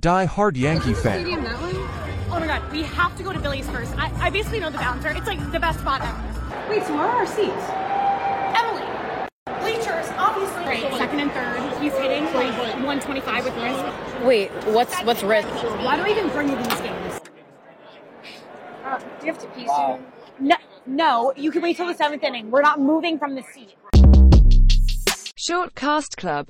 Die hard Yankee fan. Stadium that way? Oh my god, we have to go to Billy's first. I, I basically know the bouncer. It's like the best spot ever. Wait, so where are our seats? Emily! Bleachers, obviously. Right, second and third. He's hitting like 125 with wrist. Wait, what's what's risk? Why do I even bring you these games? Uh, do you have to pee soon? No, no, you can wait till the seventh inning. We're not moving from the seat. Short Cast Club